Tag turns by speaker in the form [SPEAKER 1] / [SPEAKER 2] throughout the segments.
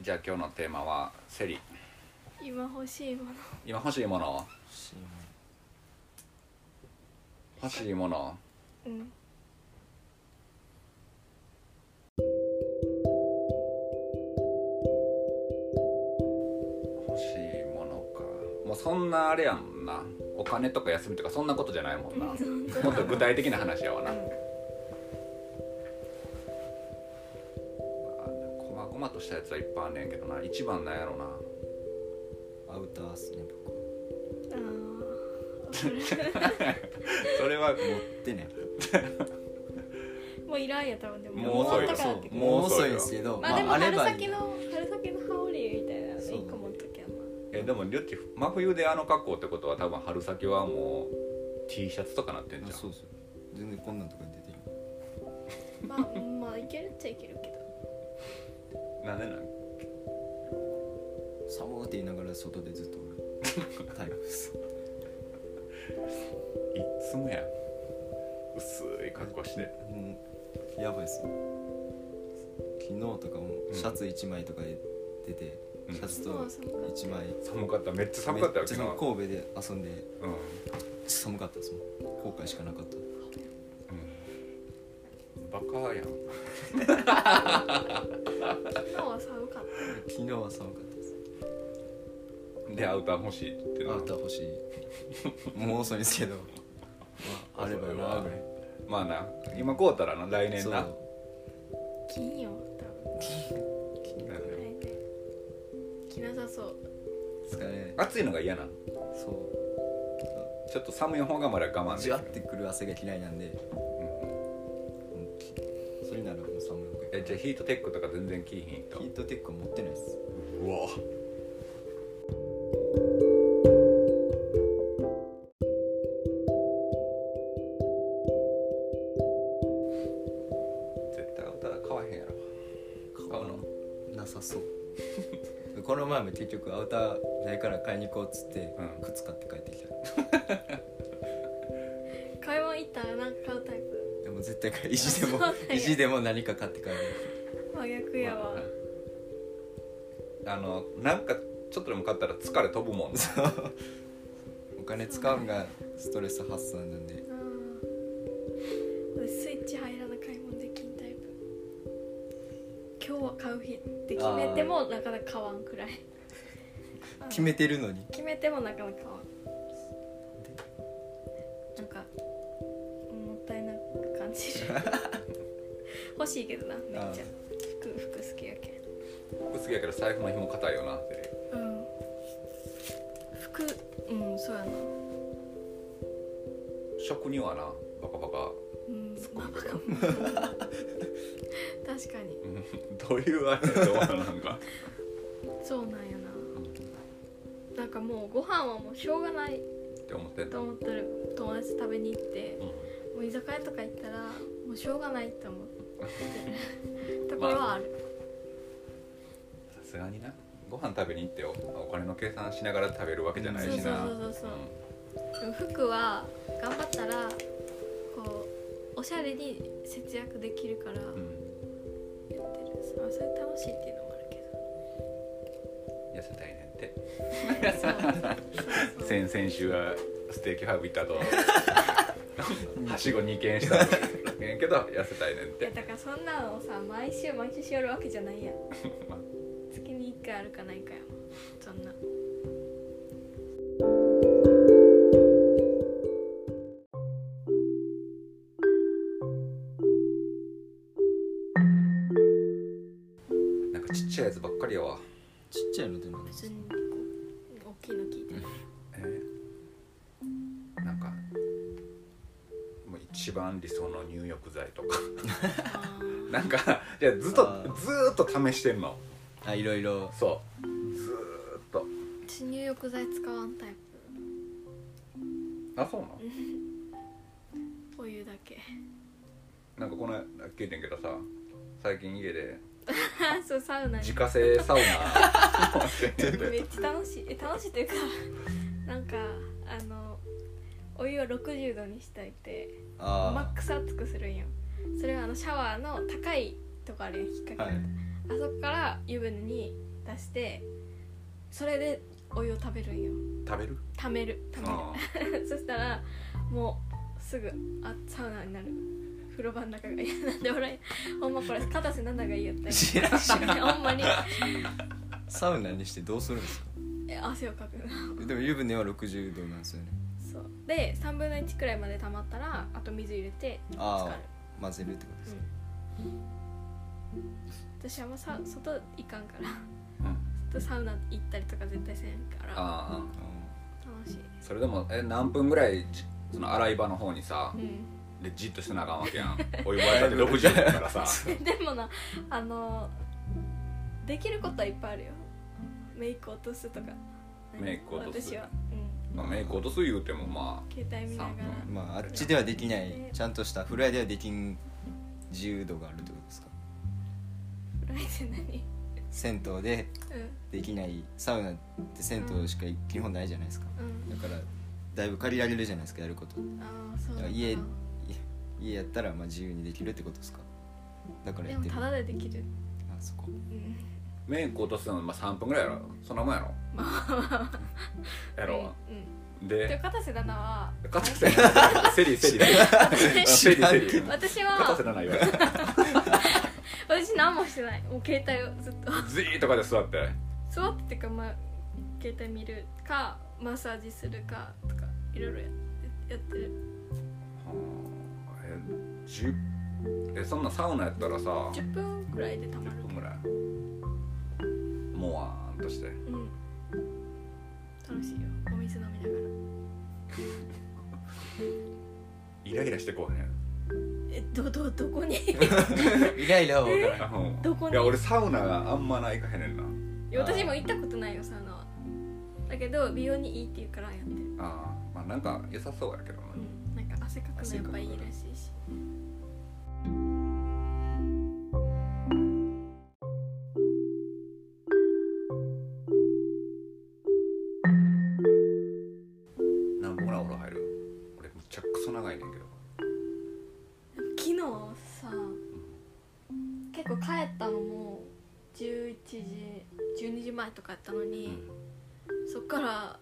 [SPEAKER 1] じゃあ今日のテーマはセリ
[SPEAKER 2] 今欲しいもの
[SPEAKER 1] 今欲しいもの
[SPEAKER 3] し
[SPEAKER 1] 欲しいもの
[SPEAKER 2] うん
[SPEAKER 1] 欲しいものかもうそんなあれやもんなお金とか休みとかそんなことじゃないもんなもっと具体的な話やわなこまごまとしたやつはいっぱいあんねんけどな一番なんやろな
[SPEAKER 3] アウターっすね僕
[SPEAKER 2] あ
[SPEAKER 1] それはも
[SPEAKER 3] 持ってね
[SPEAKER 2] ーもういらんや多分でも
[SPEAKER 1] もう遅いよ
[SPEAKER 2] 終わったからって
[SPEAKER 1] そう
[SPEAKER 3] もう遅いんですけど
[SPEAKER 2] まあでも
[SPEAKER 3] れ
[SPEAKER 2] 春
[SPEAKER 3] ば
[SPEAKER 2] 先の春先の羽織みたいなの
[SPEAKER 3] そう
[SPEAKER 2] 一個持っときゃ
[SPEAKER 1] う
[SPEAKER 2] な
[SPEAKER 1] えでもりょっち真冬であの格好ってことは多分春先はもう T シャツとかなってん
[SPEAKER 3] あ
[SPEAKER 1] じゃん
[SPEAKER 3] そうそう全然こんなんとか出てる
[SPEAKER 2] まあまあいけるっちゃいけるけど
[SPEAKER 1] なんでなん
[SPEAKER 3] 寒ーって言いながら外でずっとおるタイプです
[SPEAKER 1] いっつもやん薄い格好して
[SPEAKER 3] もうやばいっすよ昨日とかも
[SPEAKER 1] うん
[SPEAKER 3] シャツ1枚とかで出て、
[SPEAKER 1] うん
[SPEAKER 3] シャツ
[SPEAKER 2] も
[SPEAKER 3] と
[SPEAKER 2] う寒かった
[SPEAKER 1] 寒かった
[SPEAKER 3] 1枚
[SPEAKER 1] めっちゃ寒かったよ
[SPEAKER 3] めち
[SPEAKER 1] 昨
[SPEAKER 3] ゃ
[SPEAKER 1] 日
[SPEAKER 3] 神戸で遊んでめっ
[SPEAKER 1] うん、うん
[SPEAKER 3] ちゃ寒かったですもん後悔しかなかった
[SPEAKER 1] バカやん
[SPEAKER 2] 昨日は寒かっ
[SPEAKER 3] 昨日は寒かったです
[SPEAKER 1] でアウター欲しいって
[SPEAKER 3] ア
[SPEAKER 1] な
[SPEAKER 3] ウター欲しいもう遅いんですけど、まあ、あればなぐらい
[SPEAKER 1] まあな今こうたらな来年
[SPEAKER 3] そう
[SPEAKER 1] な
[SPEAKER 2] た金曜多分
[SPEAKER 3] 金が
[SPEAKER 2] 来年着なさそう
[SPEAKER 3] 疲れ
[SPEAKER 1] 暑いのが嫌な
[SPEAKER 3] そう
[SPEAKER 1] ちょっと寒い方がまだ我慢でき
[SPEAKER 3] じ
[SPEAKER 1] る
[SPEAKER 3] わってくる汗が嫌いなんで
[SPEAKER 1] うん
[SPEAKER 3] うんそれならもう寒い方がい
[SPEAKER 1] えじゃあヒートテックとか全然着いひんと
[SPEAKER 3] ヒートテックは持ってないです
[SPEAKER 1] うわ絶対アウター買わへんやろ買うの
[SPEAKER 3] なさそう この前も結局アウターないから買いに行こうっつって、
[SPEAKER 1] うん
[SPEAKER 3] 靴買って帰ってきた
[SPEAKER 2] 買い物行ったらなんか買うタイプ
[SPEAKER 3] でも絶対買い意地でも
[SPEAKER 2] あそうなんや
[SPEAKER 3] 意地でも何か買って帰る
[SPEAKER 2] 真逆やわ
[SPEAKER 1] あのなんかちょっとでも買ったら疲れ飛ぶもんな
[SPEAKER 3] お金使うんがストレス発散なんで
[SPEAKER 2] あー私スイッチ入らな買い物できんタイプ今日は買う日って決めてもなかなか買わんくらいあー
[SPEAKER 3] 決めてるのに
[SPEAKER 2] 決めてもなかなか買わんなんかもったいなく感じ る欲しいけどなめっちゃ服服好きやけん
[SPEAKER 1] 服好きやけど財布の紐硬いよなって
[SPEAKER 2] うん服うんそうやな
[SPEAKER 1] 食にはなバカバカ
[SPEAKER 2] うん
[SPEAKER 1] そこ
[SPEAKER 2] まあバカも 確かに
[SPEAKER 1] うんどういうあれだと思うなんか
[SPEAKER 2] そうなんやな
[SPEAKER 1] っ
[SPEAKER 2] なんかもうご飯はもうしょうがない
[SPEAKER 1] て思ってんだ
[SPEAKER 2] と思ってる友達と食べに行って
[SPEAKER 1] うん
[SPEAKER 2] もう居酒屋とか行ったらもうしょうがないって思って るところはある、
[SPEAKER 1] さすがになご飯食べに行ってよお金の計算しながら食べるわけじゃないしな
[SPEAKER 2] そうそうそうそうでも服は頑張ったらこうおしゃれに節約できるからや
[SPEAKER 1] うんうん
[SPEAKER 2] ってる、まあそれ楽しいっていうのもあるけど
[SPEAKER 1] 痩せたいねんって
[SPEAKER 2] そうそうそう
[SPEAKER 1] 先々週はステーキハイブ行った 後はしご2軒したんけど痩せたいねんっ
[SPEAKER 2] いや
[SPEAKER 1] て
[SPEAKER 2] だからそんなのをさ毎週毎週しよるわけじゃないやん
[SPEAKER 1] まあ
[SPEAKER 2] 月に1回あるかないかやもんそんな
[SPEAKER 1] なんかちっちゃいやつばっかりやわ
[SPEAKER 3] ちっちゃいのでも
[SPEAKER 2] 別に大きいの聞い てない
[SPEAKER 1] えーなんかもう一番理想の入浴剤とか
[SPEAKER 2] あー
[SPEAKER 1] なんかじゃずっと
[SPEAKER 3] あー
[SPEAKER 1] ずーっと試してんの
[SPEAKER 3] あいろいろ
[SPEAKER 1] そうずーっと
[SPEAKER 2] 私入浴剤使わんタイ
[SPEAKER 1] あそうなの
[SPEAKER 2] プお湯だ け
[SPEAKER 1] なんかこの間聞いてんけどさ最近家で
[SPEAKER 2] あそうサウナに
[SPEAKER 1] 自家製サウナ
[SPEAKER 2] めっちゃ楽しいえ楽しいというか なんかあのお湯を60度にしといてマッ
[SPEAKER 3] あ
[SPEAKER 2] クス熱くするんよそれはあのシャワーの高いとこあるやん引っ
[SPEAKER 3] あ
[SPEAKER 2] 掛
[SPEAKER 3] は
[SPEAKER 2] け、
[SPEAKER 3] い
[SPEAKER 2] あそこから湯船に出してそれでお湯を食べるんよ
[SPEAKER 1] 食べる
[SPEAKER 2] 溜める溜め
[SPEAKER 1] あ
[SPEAKER 2] る そしたらもうすぐあサウナになる風呂場の中が嫌なんで俺ほんまこれ片瀬なんだが言いよったんよ
[SPEAKER 3] 知らん知らん
[SPEAKER 2] ほんまに
[SPEAKER 3] サウナにしてどうするんですか
[SPEAKER 2] え汗をかく
[SPEAKER 3] でも湯船は60度なんですよね
[SPEAKER 2] そうで3分の1くらいまで溜まったらあと水入れて
[SPEAKER 3] あ
[SPEAKER 2] 浸かる
[SPEAKER 3] あ混ぜるってことですか、
[SPEAKER 2] うん、私はもうさ外行かんから
[SPEAKER 1] ーうん
[SPEAKER 2] 外サウナ行ったりとか絶対せんから
[SPEAKER 1] あー
[SPEAKER 2] 楽しい
[SPEAKER 1] それでもえ何分ぐらいじその洗い場の方にさ
[SPEAKER 2] うん
[SPEAKER 1] でじっとしてなあかんわけやんお湯沸いたって60度だからさ
[SPEAKER 2] でもなあのできることはいっぱいあるよメイク落とすとか
[SPEAKER 1] メイク落とす
[SPEAKER 2] 私は、う
[SPEAKER 1] まあメイク落とす言うてもま
[SPEAKER 2] ん、携帯見ながら
[SPEAKER 1] 三
[SPEAKER 3] うんまああっちではできないちゃんとしたフライではできん自由度があるってことですか
[SPEAKER 2] フライって何
[SPEAKER 3] 銭湯で
[SPEAKER 2] う
[SPEAKER 3] できないサウナって銭湯しか基本ないじゃないですか
[SPEAKER 2] んうん
[SPEAKER 3] だからだいぶ借りられるじゃないですかやること
[SPEAKER 2] ああそう
[SPEAKER 3] だ
[SPEAKER 2] だ
[SPEAKER 3] から
[SPEAKER 2] な
[SPEAKER 3] 家い家やったらまあ自由にできるってことですかだから
[SPEAKER 2] で
[SPEAKER 3] やっ
[SPEAKER 2] も
[SPEAKER 3] てる
[SPEAKER 2] タ
[SPEAKER 3] あ
[SPEAKER 2] ダでできる、
[SPEAKER 3] そこ
[SPEAKER 2] うん、
[SPEAKER 1] あメイク落とすのまあ3分ぐらいやろそんなもんやろやろ
[SPEAKER 2] うんで
[SPEAKER 1] で
[SPEAKER 2] 片瀬奈 々は
[SPEAKER 1] 片瀬なセリセリセリセリ
[SPEAKER 2] 私
[SPEAKER 1] 片瀬
[SPEAKER 2] は
[SPEAKER 1] な言われた
[SPEAKER 2] 私何もしてないもう携帯をずっと
[SPEAKER 1] ずーっとかで座って
[SPEAKER 2] 座ってっていうかまあ携帯見るかマッサージするかとかいろいろややってる
[SPEAKER 1] えじゅえそんなサウナやったらさ
[SPEAKER 2] 10分くらいでたまる
[SPEAKER 1] 10分ぐらいもわーんとして
[SPEAKER 2] うん楽しいよお水飲みながら
[SPEAKER 1] イライラしてこうね
[SPEAKER 2] えどどどこに
[SPEAKER 3] イライラは分からん
[SPEAKER 1] うん
[SPEAKER 2] どこに
[SPEAKER 1] いや俺サウナがあんまないかへんねんない
[SPEAKER 2] や私も行ったことないよサウナはだけど美容にいいって言うからやってる
[SPEAKER 1] あーまあなんか良さそうやけどな、
[SPEAKER 2] うんなんか汗かくのやっぱいいらしいし
[SPEAKER 1] なんぼらおら入る俺むちゃくそ長いねんけど
[SPEAKER 2] 昨日さ結構帰ったのも11時12時前とかやったの
[SPEAKER 1] う
[SPEAKER 2] に、
[SPEAKER 1] ん
[SPEAKER 2] そっから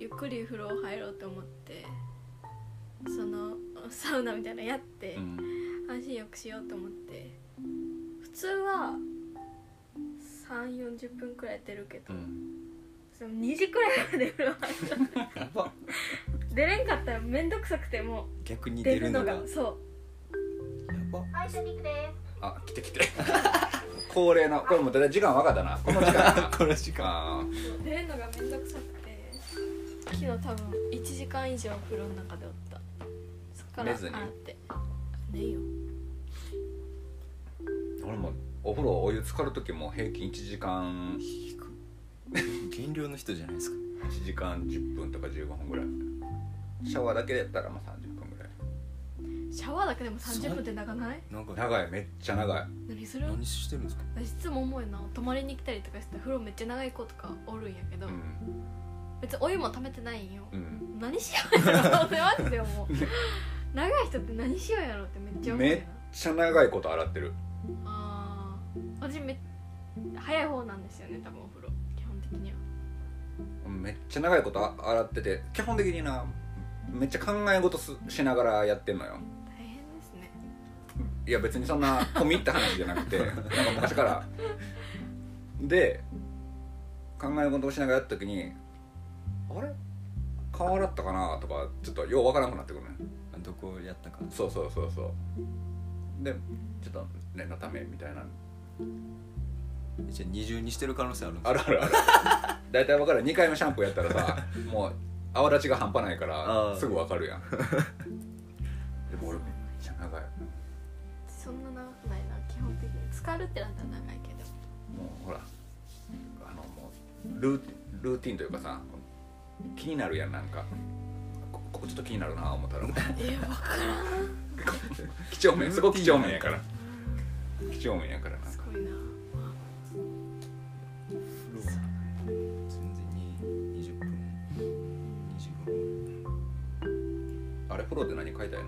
[SPEAKER 2] ゆっくり風呂入ろうと思ってそのサウナみたいなのやって、
[SPEAKER 1] うん
[SPEAKER 2] 安心よくしようと思って普通は3 4 0分くらい出るけ
[SPEAKER 1] う
[SPEAKER 2] ど、
[SPEAKER 1] ん
[SPEAKER 2] その2時くらいまで風呂入った
[SPEAKER 1] やば
[SPEAKER 2] 出れんかったら面倒くさくても
[SPEAKER 3] 逆
[SPEAKER 2] う
[SPEAKER 3] に
[SPEAKER 2] 出
[SPEAKER 3] 出
[SPEAKER 2] る
[SPEAKER 3] る
[SPEAKER 2] の
[SPEAKER 3] のが
[SPEAKER 2] が
[SPEAKER 3] や
[SPEAKER 2] そう
[SPEAKER 3] ば
[SPEAKER 4] はい、シャミックです。
[SPEAKER 1] あ来て来て 恒例のこれもうだいたい時間分かったなこの時間 や
[SPEAKER 3] この時
[SPEAKER 1] な
[SPEAKER 3] 間
[SPEAKER 1] あー
[SPEAKER 2] 出るのがめんどくさくて昨日多分1時間以上風呂の中でおったそっから
[SPEAKER 1] 寝ずに
[SPEAKER 2] 洗って寝よ
[SPEAKER 1] 俺もお風呂お湯浸かる時も平均1時間
[SPEAKER 3] 減量の人じゃないですか
[SPEAKER 1] 1時間10分とか15分ぐらいシャワーだけやったらまあ30分ぐらい
[SPEAKER 2] シャワーだけでも30分って長ない
[SPEAKER 3] なんか
[SPEAKER 1] 長いめっちゃ長い
[SPEAKER 2] 何それ
[SPEAKER 3] 何してるんですか
[SPEAKER 2] 私いつも思うよな泊まりに来たりとかして風呂めっちゃ長い子とかおるんやけど、
[SPEAKER 1] うん
[SPEAKER 2] 別にお湯も溜めてないんよ、
[SPEAKER 1] うん
[SPEAKER 2] 何しようやろ うってマジで思う長い人って何しようやろうってめっちゃ思うよ
[SPEAKER 1] めっ
[SPEAKER 2] な
[SPEAKER 1] ちゃ長いこと洗ってる
[SPEAKER 2] あー私めっ早い方なんですよね多分お風呂基本的には
[SPEAKER 1] めっちゃ長いことあ洗ってて基本的になめっちゃ考え事すしながらやってんのよ
[SPEAKER 2] 大変ですね
[SPEAKER 1] いや別にそん な込み入った話じゃなくてなんか昔からで考え事をしながらやった時にあれ顔洗ったかなとかちょっとようわからなくなってくるね
[SPEAKER 3] あどこやったか
[SPEAKER 1] そうそうそうそうでちょっと念のためみたいな
[SPEAKER 3] えじゃあ二重にしてる可能性あるんですか
[SPEAKER 1] あるあ るある大体分かる2回目シャンプーやったら さもう泡立ちが半端ないか
[SPEAKER 3] あ
[SPEAKER 1] ら
[SPEAKER 3] ー
[SPEAKER 1] すぐ分かるや んでも俺めっちゃ長い
[SPEAKER 2] そんな長くないな基本的に浸かるってなったら長いけど
[SPEAKER 1] もうほらあのもうルールーティンというかさ気になるやんなんかこここちょっと気になるな思ったら もう
[SPEAKER 2] え分からん
[SPEAKER 1] 几帳面すごく几帳面やから几帳面やからなん
[SPEAKER 2] す
[SPEAKER 1] か
[SPEAKER 2] ごいな
[SPEAKER 3] 風呂は全然に20分25分
[SPEAKER 1] あれフォローで何書いたい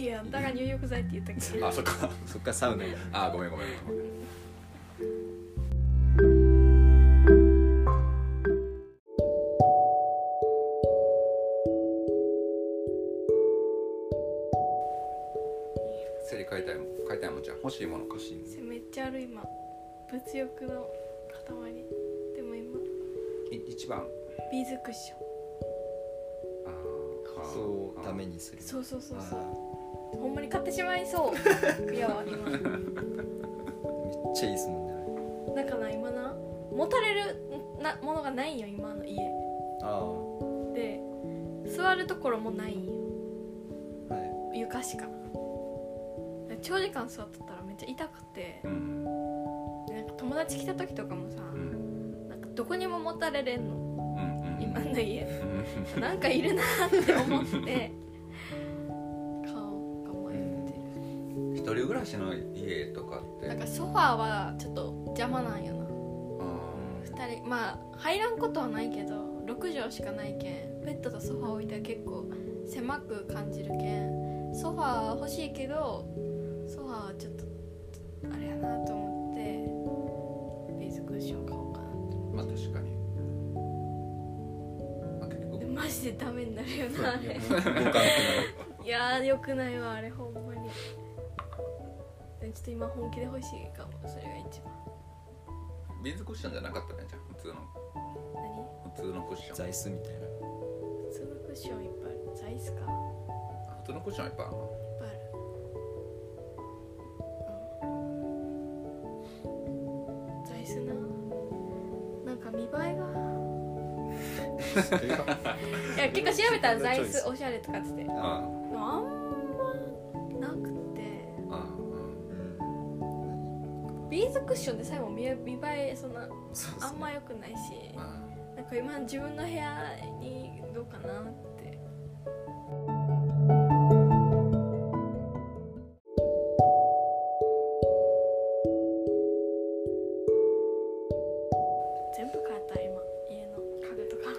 [SPEAKER 2] いやだから入浴剤って言ったけど
[SPEAKER 1] のあそっか
[SPEAKER 3] そっからサウナや
[SPEAKER 1] あごめんごめんごめん
[SPEAKER 2] 今物欲の塊でも今
[SPEAKER 1] い一番
[SPEAKER 2] ビーズクッション
[SPEAKER 1] あーあー
[SPEAKER 3] そうため
[SPEAKER 1] あ
[SPEAKER 3] にする
[SPEAKER 2] そうそうそう
[SPEAKER 3] あ
[SPEAKER 2] そうほんまに買ってしまいそういやわ今
[SPEAKER 3] ーめっちゃいいですもんね
[SPEAKER 2] だから今な持たれるなものがないんよ今の家
[SPEAKER 3] ああは
[SPEAKER 2] で座るところもないんよ
[SPEAKER 3] い
[SPEAKER 2] 床しか長時間座っとったらめっちゃ痛くて
[SPEAKER 1] ーうん
[SPEAKER 2] なんか友達来た時とかもさ
[SPEAKER 1] うん
[SPEAKER 2] なんかどこにも持たれれんの
[SPEAKER 1] うんうん
[SPEAKER 2] 今の家
[SPEAKER 1] うん
[SPEAKER 2] なんかいるなって思って顔が迷っ て
[SPEAKER 1] 一人暮らしの家とかって
[SPEAKER 2] るなんかソファーはちょっと邪魔なんよな
[SPEAKER 1] あ
[SPEAKER 2] 2人まあ入らんことはないけど6畳しかないけんベッドとソファー置いたら結構狭く感じるけんソファー欲しいけどソファーはちょっとあれやなと思ってビーズクッション買おうかなと
[SPEAKER 1] ーまあ確かに、まあ、結
[SPEAKER 2] で
[SPEAKER 1] 局
[SPEAKER 2] マジでダメになるよなあれ
[SPEAKER 3] 互換 くなる
[SPEAKER 2] いやーよくないわあれほんまにでちょっと今本気で欲しいかもそれが一番
[SPEAKER 1] ビーズクッションじゃなかったねじゃあ普通の
[SPEAKER 2] 何
[SPEAKER 1] 普通のクッション
[SPEAKER 3] 座椅子みたいな
[SPEAKER 2] 普通のクッションいっぱいある座椅子か
[SPEAKER 1] 普通のクッションはいっぱいあるない
[SPEAKER 2] っぱいあるうん座椅子ななんか見栄えがいや結構調べたら座椅子おしゃれとかっつってでも
[SPEAKER 1] ああ
[SPEAKER 2] あんまなくて
[SPEAKER 1] ああうん
[SPEAKER 3] うん
[SPEAKER 2] ビーズクッションで最後見え見栄えそんな
[SPEAKER 3] そう
[SPEAKER 2] あ
[SPEAKER 3] そ
[SPEAKER 2] んま良くないし
[SPEAKER 1] ああ
[SPEAKER 2] なんか今自分の部屋にどうかなって全部変えた今家の家具とか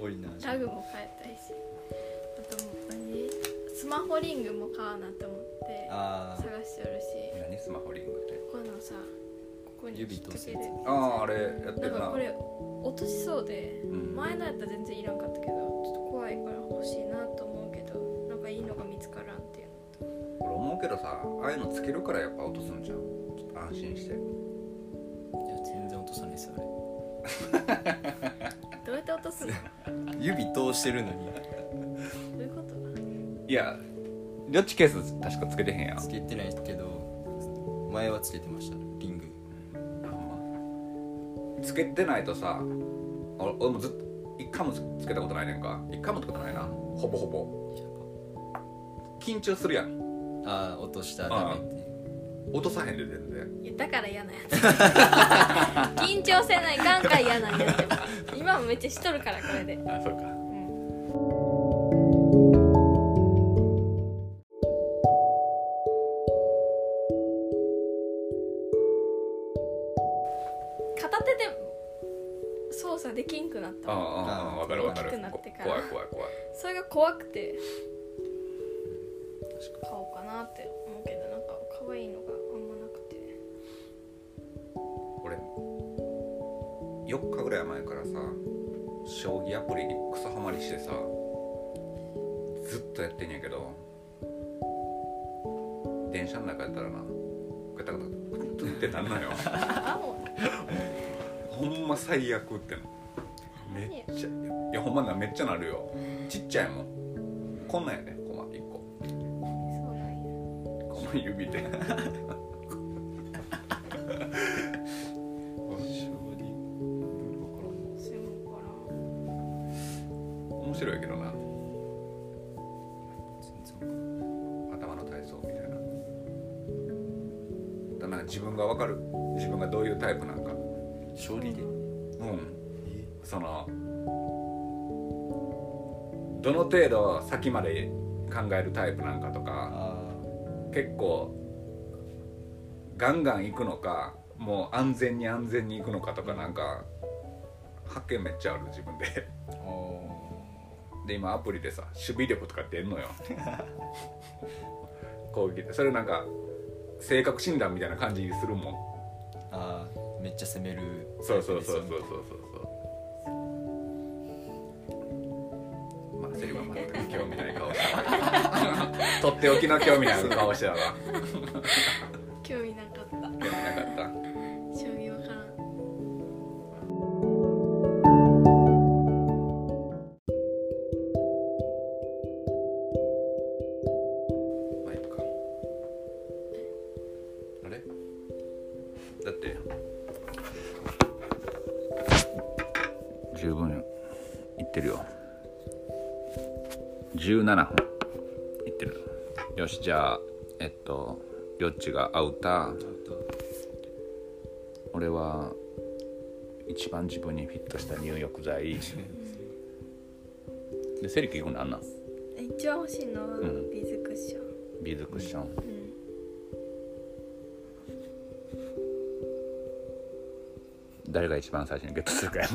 [SPEAKER 3] う多いな
[SPEAKER 2] ラグも変えたいしあともう何スマホリングも買わなと思って
[SPEAKER 3] ああ
[SPEAKER 2] 探しておるし
[SPEAKER 1] 何スマホリングって
[SPEAKER 2] こういうのさここに
[SPEAKER 3] 指
[SPEAKER 2] 引っ
[SPEAKER 3] と
[SPEAKER 2] 掛け
[SPEAKER 3] 接
[SPEAKER 2] る
[SPEAKER 1] あああれやって
[SPEAKER 2] なん
[SPEAKER 1] るな
[SPEAKER 2] かこれ落としそうで
[SPEAKER 1] うん
[SPEAKER 2] 前のやったら全然いらんかったけどちょっと怖いから欲しいなと思うけどなんかいいのが見つからんっていう
[SPEAKER 1] 俺思うけどさああいうのつけるからやっぱ落とすんじゃんちょっと安心して
[SPEAKER 3] いや全然落とさないですよあれ
[SPEAKER 2] どうやって落と すの
[SPEAKER 3] 指通してるのに
[SPEAKER 2] どういうこと
[SPEAKER 1] いやどっちケース確かつけてへんやん
[SPEAKER 3] つけてないけど前はつけてましたリング
[SPEAKER 1] つけてないとさ俺俺もずっと一回もつつけたことないねんか一回もつけたことないなほぼほぼ緊張するやん
[SPEAKER 3] ああ落としたらダメっていう
[SPEAKER 1] 落とさへんで全然
[SPEAKER 2] いやだから嫌なやつ 緊張せないかんか嫌なんやって今もめっちゃしとるからこれで、
[SPEAKER 1] あそうか
[SPEAKER 2] うん、片手で操作できんくなった
[SPEAKER 1] ああ
[SPEAKER 2] わ
[SPEAKER 1] ああ分かる分か
[SPEAKER 2] 大きく
[SPEAKER 1] る
[SPEAKER 2] なってから
[SPEAKER 1] 怖い怖い怖い
[SPEAKER 2] それが怖くて
[SPEAKER 3] 確かに
[SPEAKER 2] 買おうかなって思うけどなんか可愛いのがあんまなくて
[SPEAKER 1] 俺4日ぐらい前からさ将棋アプリにクソハマりしてさずっとやってんやけど電車の中やったらなガタガタグッとってなんなよ
[SPEAKER 2] あもう
[SPEAKER 1] ほんま最悪ってのめっちゃいやほんまなめっちゃなるよちっちゃいもんこんなんやねコマ1個
[SPEAKER 2] そうなんや
[SPEAKER 1] この指で
[SPEAKER 2] すごい
[SPEAKER 1] 面白いけどな
[SPEAKER 3] 全然わかんない
[SPEAKER 1] 頭の体操みたいなだからなんか自分が分かる自分がどういうタイプなんかう
[SPEAKER 3] 勝利で
[SPEAKER 1] ん
[SPEAKER 3] え
[SPEAKER 1] そのどの程度先まで考えるタイプなんかとか
[SPEAKER 3] あ
[SPEAKER 1] 結構ガンガン行くのかもう安全に安全に行くのかとかなんか発見めっちゃある自分で
[SPEAKER 3] あ
[SPEAKER 1] で今アプリでさ守備力とか出んの よ攻撃でそれなんか性格診断みたいな感じするもん
[SPEAKER 3] あーめっちゃ攻める
[SPEAKER 1] そうそうそうそうそうそうそうまあセリは全く興味ない顔して たとっておきの興味ない顔してたわ
[SPEAKER 2] 興味なかった
[SPEAKER 1] でもだって十分いってるよ17分いってるよしじゃあえっとよっちがアウター俺は一番自分にフィットした入浴剤でセリキ行くのあんなん
[SPEAKER 2] 一番欲しいのは
[SPEAKER 1] ん
[SPEAKER 2] ビーズクッション、
[SPEAKER 1] ビーズクッション
[SPEAKER 2] うん、
[SPEAKER 1] 誰が一番最初にゲットするかや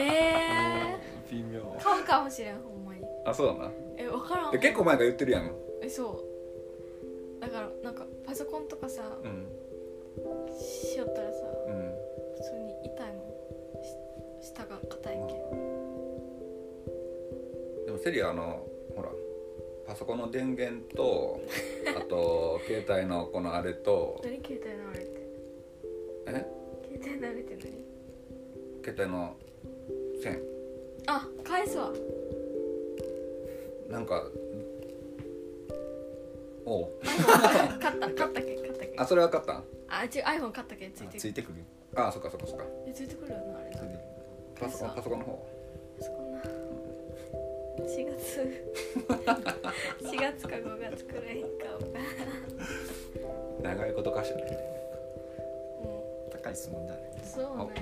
[SPEAKER 2] え
[SPEAKER 3] 微妙
[SPEAKER 2] ー、買うかもしれんほんまに
[SPEAKER 1] あそうだな
[SPEAKER 2] え分からん
[SPEAKER 1] で結構前から言ってるやん
[SPEAKER 2] えそうだからなんかパソコンとかさ
[SPEAKER 3] うん
[SPEAKER 2] しよったらさ
[SPEAKER 3] うん
[SPEAKER 2] 普通に痛いもんし下が硬いけん
[SPEAKER 1] でもセリアあのほらパソコンの電源とあと携帯のこのあれと
[SPEAKER 2] 何携帯のあれって
[SPEAKER 1] え
[SPEAKER 2] 携帯のあれって何
[SPEAKER 1] 携帯の線
[SPEAKER 2] あ返すわ
[SPEAKER 1] なんかおう
[SPEAKER 2] iPhone 買った買ったけ買ったけ
[SPEAKER 1] あそれ分かった
[SPEAKER 2] あ違う iPhone 買ったけつい
[SPEAKER 3] あ
[SPEAKER 2] て
[SPEAKER 3] つ
[SPEAKER 2] く
[SPEAKER 3] い
[SPEAKER 2] る
[SPEAKER 3] てくる
[SPEAKER 1] あそっかそっかそっか
[SPEAKER 2] えついてくるよなあれな
[SPEAKER 3] ついてくる
[SPEAKER 1] パソコンパソコンの方
[SPEAKER 2] そんな4月4月か5月くらいかわからん
[SPEAKER 1] 長いことかしらね
[SPEAKER 2] う
[SPEAKER 3] 高い質問だね
[SPEAKER 2] んそうなんやって